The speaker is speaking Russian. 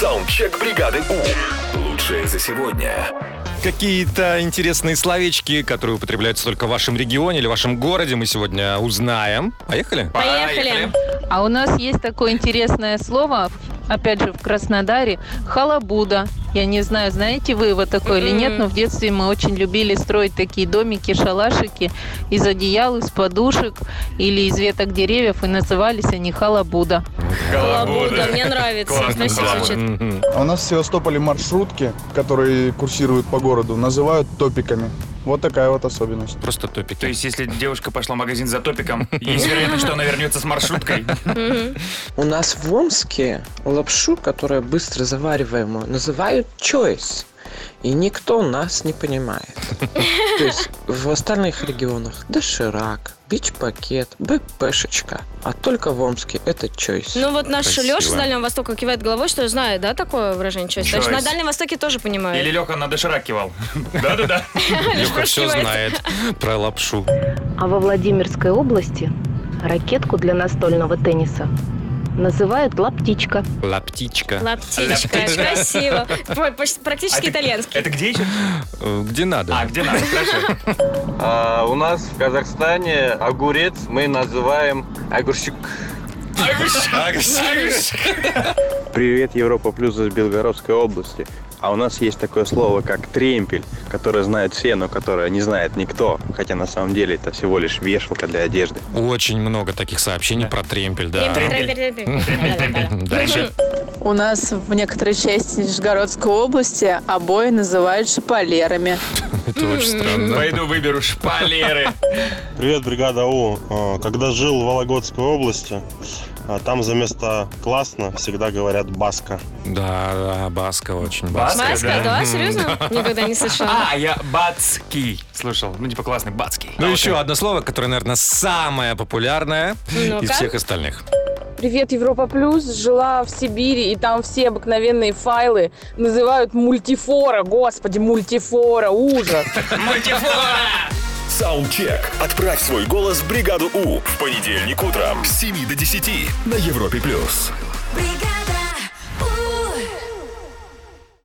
Саундчек бригады У. Лучшее за сегодня. Какие-то интересные словечки, которые употребляются только в вашем регионе или вашем городе, мы сегодня узнаем. Поехали? Поехали. А у нас есть такое интересное слово, опять же, в Краснодаре, халабуда. Я не знаю, знаете вы его такое или нет, но в детстве мы очень любили строить такие домики, шалашики из одеял, из подушек или из веток деревьев, и назывались они халабуда. Лабуда, мне нравится. Классно, Красиво классно. звучит. Мгм. А У нас в Севастополе маршрутки, которые курсируют по городу, называют топиками. Вот такая вот особенность. Просто топики. То есть, если девушка пошла в магазин за топиком, есть вероятность, что она вернется с маршруткой. Мгм. У нас в Омске лапшу, которая быстро завариваемую, называют choice. И никто нас не понимает. То есть в остальных регионах доширак, бич-пакет, БПшечка. А только в Омске это choice. Ну вот наш Красиво. Леша с Дальнего Востока кивает головой, что знает, да, такое выражение честь. Значит, на Честь. Дальнем Востоке тоже понимают. Или Леха на доширак кивал. Да-да-да. Люка все кивает. знает про лапшу. А во Владимирской области ракетку для настольного тенниса называют лаптичка. Лаптичка. Лаптичка. Это Красиво. Ой, поч- А Практически ты- итальянский. Это где еще? Э, Где надо. А, где надо, хорошо. А, у нас в Казахстане огурец мы называем огурчик. Привет, Европа Плюс из Белгородской области. А у нас есть такое слово, как тремпель, которое знают все, но которое не знает никто. Хотя на самом деле это всего лишь вешалка для одежды. Очень много таких сообщений про тремпель, да. Тремпель, тремпель, тремпель. Да-да-да. Дальше. У нас в некоторой части Нижегородской области обои называют шпалерами. Это очень странно. Пойду выберу шпалеры. Привет, бригада У. А, Когда жил в Вологодской области, а, там за место классно всегда говорят баска. Да, да, Баска очень Баска? Баска. Маска, Да. да? Серьезно? Никогда не слышала. А, я Бацкий слышал. Ну, типа классный Бацкий. Ну, еще одно слово, которое, наверное, самое популярное Ну-ка. из всех остальных. Привет, Европа Плюс. Жила в Сибири, и там все обыкновенные файлы называют мультифора. Господи, мультифора, ужас. Саундчек. Отправь свой голос в бригаду У в понедельник утром с 7 до 10 на Европе+. плюс. бригада.